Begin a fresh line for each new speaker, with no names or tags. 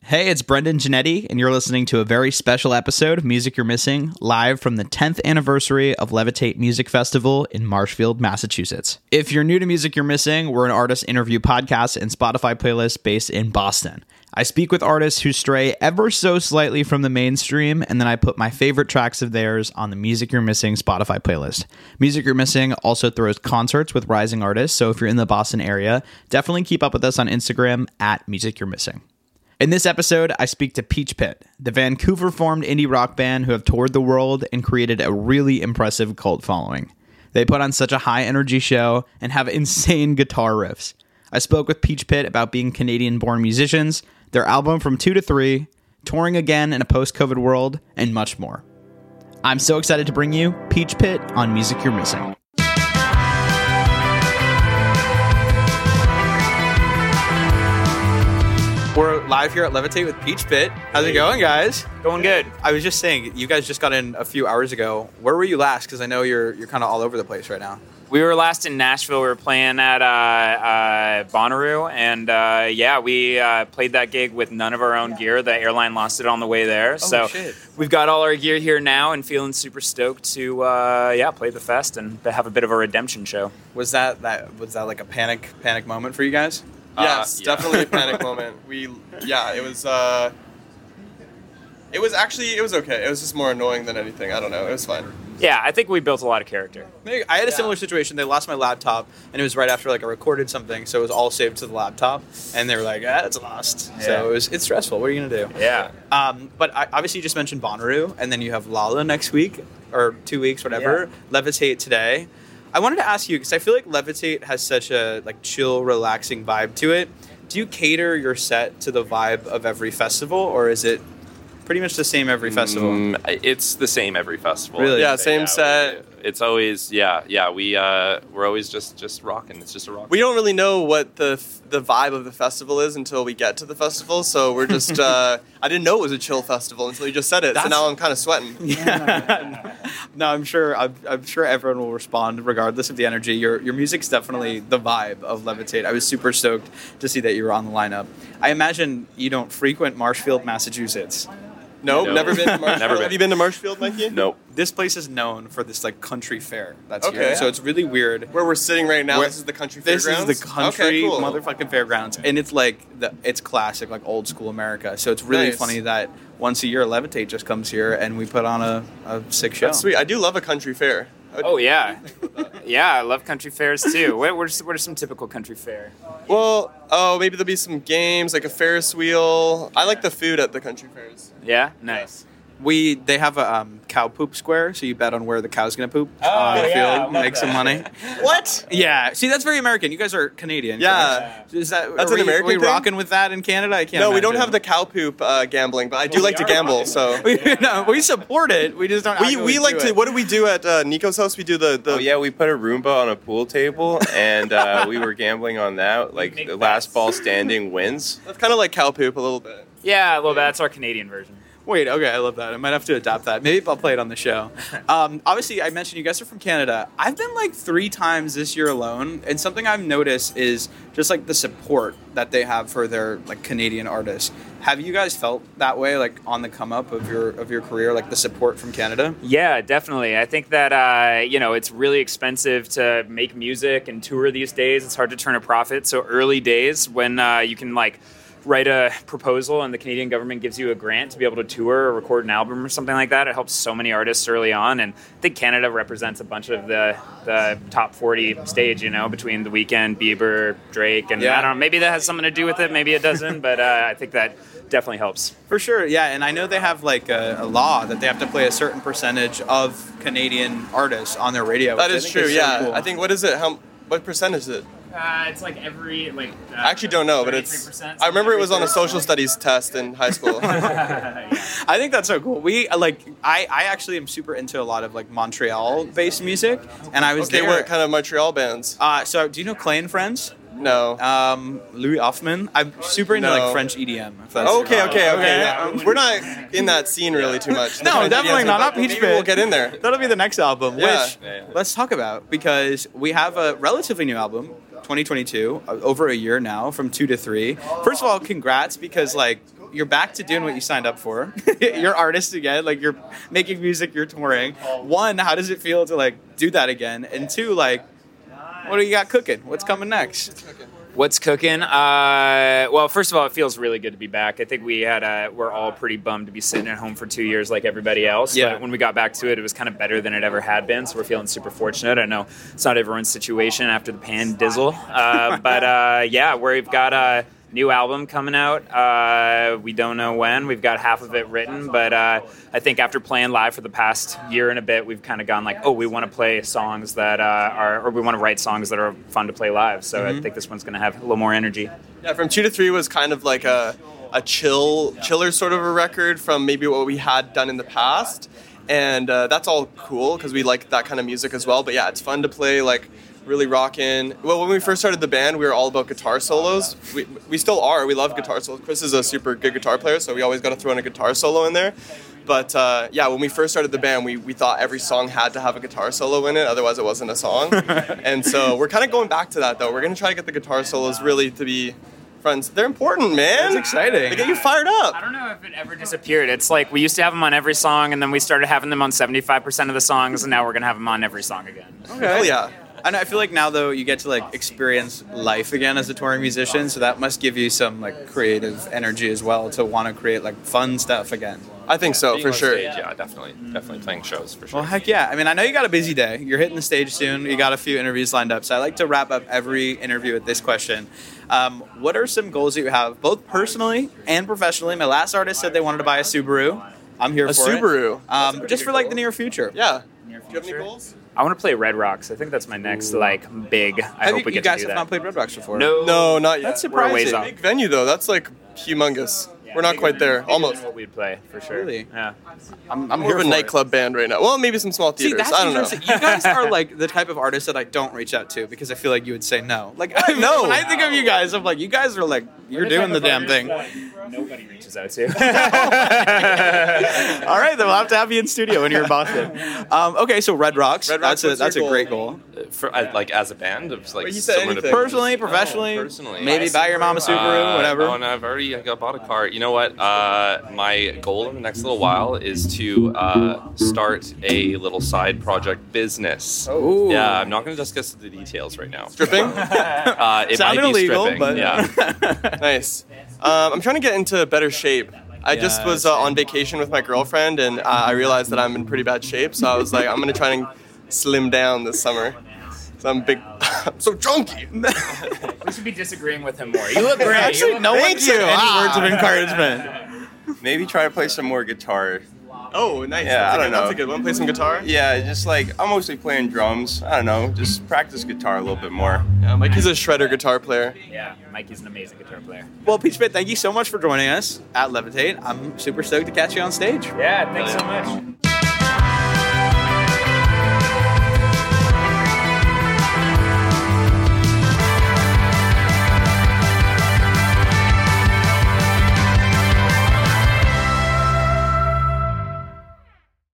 Hey, it's Brendan Janetti, and you're listening to a very special episode of Music You're Missing, live from the 10th anniversary of Levitate Music Festival in Marshfield, Massachusetts. If you're new to Music You're Missing, we're an artist interview podcast and Spotify playlist based in Boston. I speak with artists who stray ever so slightly from the mainstream, and then I put my favorite tracks of theirs on the Music You're Missing Spotify playlist. Music You're Missing also throws concerts with rising artists, so if you're in the Boston area, definitely keep up with us on Instagram at Music You're Missing. In this episode, I speak to Peach Pit, the Vancouver formed indie rock band who have toured the world and created a really impressive cult following. They put on such a high energy show and have insane guitar riffs. I spoke with Peach Pit about being Canadian born musicians, their album from 2 to 3, touring again in a post COVID world, and much more. I'm so excited to bring you Peach Pit on Music You're Missing. We're live here at Levitate with Peach Pit. How's it going, guys?
Going good.
I was just saying, you guys just got in a few hours ago. Where were you last? Because I know you're you're kind of all over the place right now.
We were last in Nashville. We were playing at uh, uh, Bonnaroo, and uh, yeah, we uh, played that gig with none of our own gear. The airline lost it on the way there, so
shit.
we've got all our gear here now, and feeling super stoked to uh, yeah play the fest and have a bit of a redemption show.
Was that that was that like a panic panic moment for you guys?
Yes,
yeah.
definitely a panic moment. We, yeah, it was. uh It was actually, it was okay. It was just more annoying than anything. I don't know. It was fine.
Yeah, I think we built a lot of character.
Maybe- I had a similar situation. They lost my laptop, and it was right after like I recorded something, so it was all saved to the laptop. And they were like, "Ah, it's lost."
Yeah.
So it was it's stressful. What are you gonna do?
Yeah,
Um, but I, obviously, you just mentioned Bonnaroo, and then you have Lala next week or two weeks, whatever. Levitate today. I wanted to ask you because I feel like Levitate has such a like chill, relaxing vibe to it. Do you cater your set to the vibe of every festival, or is it pretty much the same every festival?
Mm, it's the same every festival.
Really?
Yeah, same set.
we- It's always yeah, yeah. We uh, we're always just just rocking. It's just a rock.
We don't really know what the f- the vibe of the festival is until we get to the festival. So we're just. uh I didn't know it was a chill festival until you just said it.
That's-
so now I'm kind of sweating.
Yeah. no, I'm sure. I'm, I'm sure everyone will respond regardless of the energy. Your your music's definitely the vibe of Levitate. I was super stoked to see that you were on the lineup. I imagine you don't frequent Marshfield, Massachusetts.
Nope,
No.
never been to Marshfield.
Never been.
Have you been to Marshfield, Mikey?
Nope.
This place is known for this like country fair. That's
Okay.
here. So it's really weird.
Where we're sitting right now.
Where-
this is the country
This is
fairgrounds.
the country
Okay, cool.
motherfucking fairgrounds, and it's like the it's classic, like old school America. So it's really
Nice.
funny that once a year Levitate just comes here and we put on a, a sick show.
That's sweet. I do love a country fair. I would-
Oh yeah, yeah. I love country fairs too. What what are, some- what are some typical country fair?
Well, oh, maybe there'll be some games, like a Ferris wheel. I like the food at the country fairs.
Yeah, nice.
We they have a um, cow poop square, so you bet on where the cow's gonna poop
Oh,
on the
yeah, I
field,
love
make some
that.
money.
What?
Yeah, see, that's very American. You guys are Canadian.
Yeah.
correct? is that
That's
are
an
we,
American
Are we
thing?
rocking with that in Canada? I can't.
no, we don't have
imagine.
the cow poop uh, gambling, but I do
Well,
like
we
to
are
gamble.
watching.
So
We, no, we support it. We just don't.
we,
actively
we
do
like to.
it.
What do we do at uh, Nico's house? We do the the.
Oh yeah, we put a Roomba on a pool table, and uh, we were gambling on that. Like
Make
the last
bets.
ball standing wins.
That's kind of like cow poop a little bit.
Yeah, well that's our Canadian version.
Wait, okay, I love that. I might have to adopt that. Maybe I'll play it on the show. Um, obviously, I mentioned you guys are from Canada. I've been like three times this year alone, and something I've noticed is just like the support that they have for their like Canadian artists. Have you guys felt that way, like on the come up of your of your career, like the support from Canada?
Yeah, definitely. I think that uh, you know it's really expensive to make music and tour these days. It's hard to turn a profit. So early days when uh, you can like write a proposal and the Canadian government gives you a grant to be able to tour or record an album or something like that, it helps so many artists early on. And I think Canada represents a bunch of the the top forty stage. You know, between The Weeknd, Bieber, Drake, and
Yeah.
I don't know. Maybe that has something to do with it. Maybe it doesn't. but uh, I think that definitely helps.
For sure, yeah. And I know they have like a, a law that they have to play a certain percentage of Canadian artists on their radio.
That
which I
is
think
true.
so
yeah,
cool.
I think what is it? How what percentage is it?
Uh, it's like every like. Uh,
I actually don't know, but it's. I remember it was on a social studies test in high school.
I think that's so cool. We uh, like I, I actually am super into a lot of like Montreal based music, and I was
okay,
there.
what kind of Montreal bands?
uh, so do you know Clay and Friends?
No.
Um, Louis Hoffman. I'm super into
No.
like French EDM. If that's
Okay, okay, okay.
Okay.
yeah. We're not in that scene really too much.
No, definitely not. Not Peach
Maybe
Pit.
We'll get in there.
That'll be the next album,
Yeah.
which
Yeah, yeah.
let's talk about because we have a relatively new album, 2022, uh, over a year now, from two to three. First of all, congrats because like you're back to doing what you signed up for. you're artist again, like you're making music, you're touring. One, how does it feel to like do that again? And two, like what do you got cooking? What's coming next?
What's cooking? Uh, well, first of all, it feels really good to be back. I think we had uh we're all pretty bummed to be sitting at home for two years like everybody else.
Yeah.
But when we got back to it, it was kind of better than it ever had been. So we're feeling super fortunate. I know it's not everyone's situation after the pan dizzle, uh, but uh, yeah, we've got a new album coming out. Uh, we don't know when. We've got half of it written, but uh, I think after playing live for the past year and a bit, we've kind of gone like, oh, we want to play songs that uh, are, or we want to write songs that are fun to play live. So I think this one's going to have a little more energy.
Yeah, from two to three was kind of like a a chill, chiller sort of a record from maybe what we had done in the past, and uh, that's all cool because we like that kind of music as well. But yeah, it's fun to play like really rockin'. Well, when we first started the band, we were all about guitar solos. We we still are. We love guitar solos. Chris is a super good guitar player, so we always got to throw in a guitar solo in there. But uh, yeah, when we first started the band, we, we thought every song had to have a guitar solo in it, otherwise it wasn't a song. and so we're kind of going back to that though. We're gonna try to get the guitar solos really to be friends. They're important, man.
That's exciting.
They get you fired
I
up.
don't know if it ever disappeared. It's like we used to have them on every song, and then we started having them on 75% of the songs, and now we're going to have them on every song again.
Hell yeah.
And I feel like now though you get to like experience life again as a touring musician, so that must give you some like creative energy as well to want to create like fun stuff again.
I think so
Being
for
on
sure.
stage, yeah, definitely,
Mm.
definitely playing shows for sure.
Well, heck yeah. I mean, I know you got a busy day. You're hitting the stage soon. You got a few interviews lined up. So I like to wrap up every interview with this question. Um, what are some goals that you have, both personally and professionally? My last artist said they wanted to buy a Subaru. I'm here
A
for it.
Subaru. That's a
Um,
pretty
just for
good
like
goal.
the near future.
Yeah.
Near
Do you have any
future.
goals?
I want to play Red Rocks. I think that's my next like big. I
Have
hope
you,
we
you
get
guys
to do
have
that.
not played Red Rocks before.
no,
No, not yet.
That's
We're a ways
surprising.
off.
Big venue though. That's like humongous.
Yeah,
we're not
bigger
quite
than-
there.
bigger than
Almost.
what we'd play for sure.
Really?
Yeah.
I'm, I'm
More
here
of a
for it.
nightclub band right now. Well, maybe some small
See,
theaters.
that's
I don't know.
interesting. You guys are like the type of artist that I don't reach out to because I feel like you would say no. Like, I know. When I think of you guys, I'm like, you guys are like, you're doing the damn thing.
Nobody reaches out to.
All right, then we'll have to have you in studio when you're in Boston. Um, okay, so Red Rocks.
Red Rocks,
that's a
what's
that's a
your
great
goal?
goal.
for I- like as a band, it's like
Wait, he said
similar
anything.
to
Personally,
Oh,
professionally,
personally.
maybe buy your mom a Subaru,
Uh,
whatever.
Oh, and I've already I got bought a car. You know what? Uh, my goal in the next little while is to uh, start a little side project business.
Ooh.
Yeah, I'm not going to discuss the details right now.
Stripping.
Uh, it
Sounded
might be
illegal,
stripping,
but
yeah.
Nice. Um, I'm trying to get into better shape. I just
Yeah,
was uh, on vacation with my girlfriend, and uh, I realized that I'm in pretty bad shape. So I was like, I'm gonna try and slim down this summer. So I'm big. I'm so junky.
we should be disagreeing with him more. You look great.
Actually, no one
Thank
said
you.
any
Ah.
words of encouragement.
Maybe try to play some more guitar.
Oh, nice.
Yeah,
that's a
I don't
good- That's
know.
a good one. Play some guitar.
Yeah, just like I'm mostly playing drums. I don't know, just practice guitar a little bit more.
Yeah, Mike is a shredder guitar player.
yeah, Mikey's an amazing guitar player.
Well, Peach Pit, thank you so much for joining us at Levitate. I'm super stoked to catch you on stage.
Yeah, thanks so much.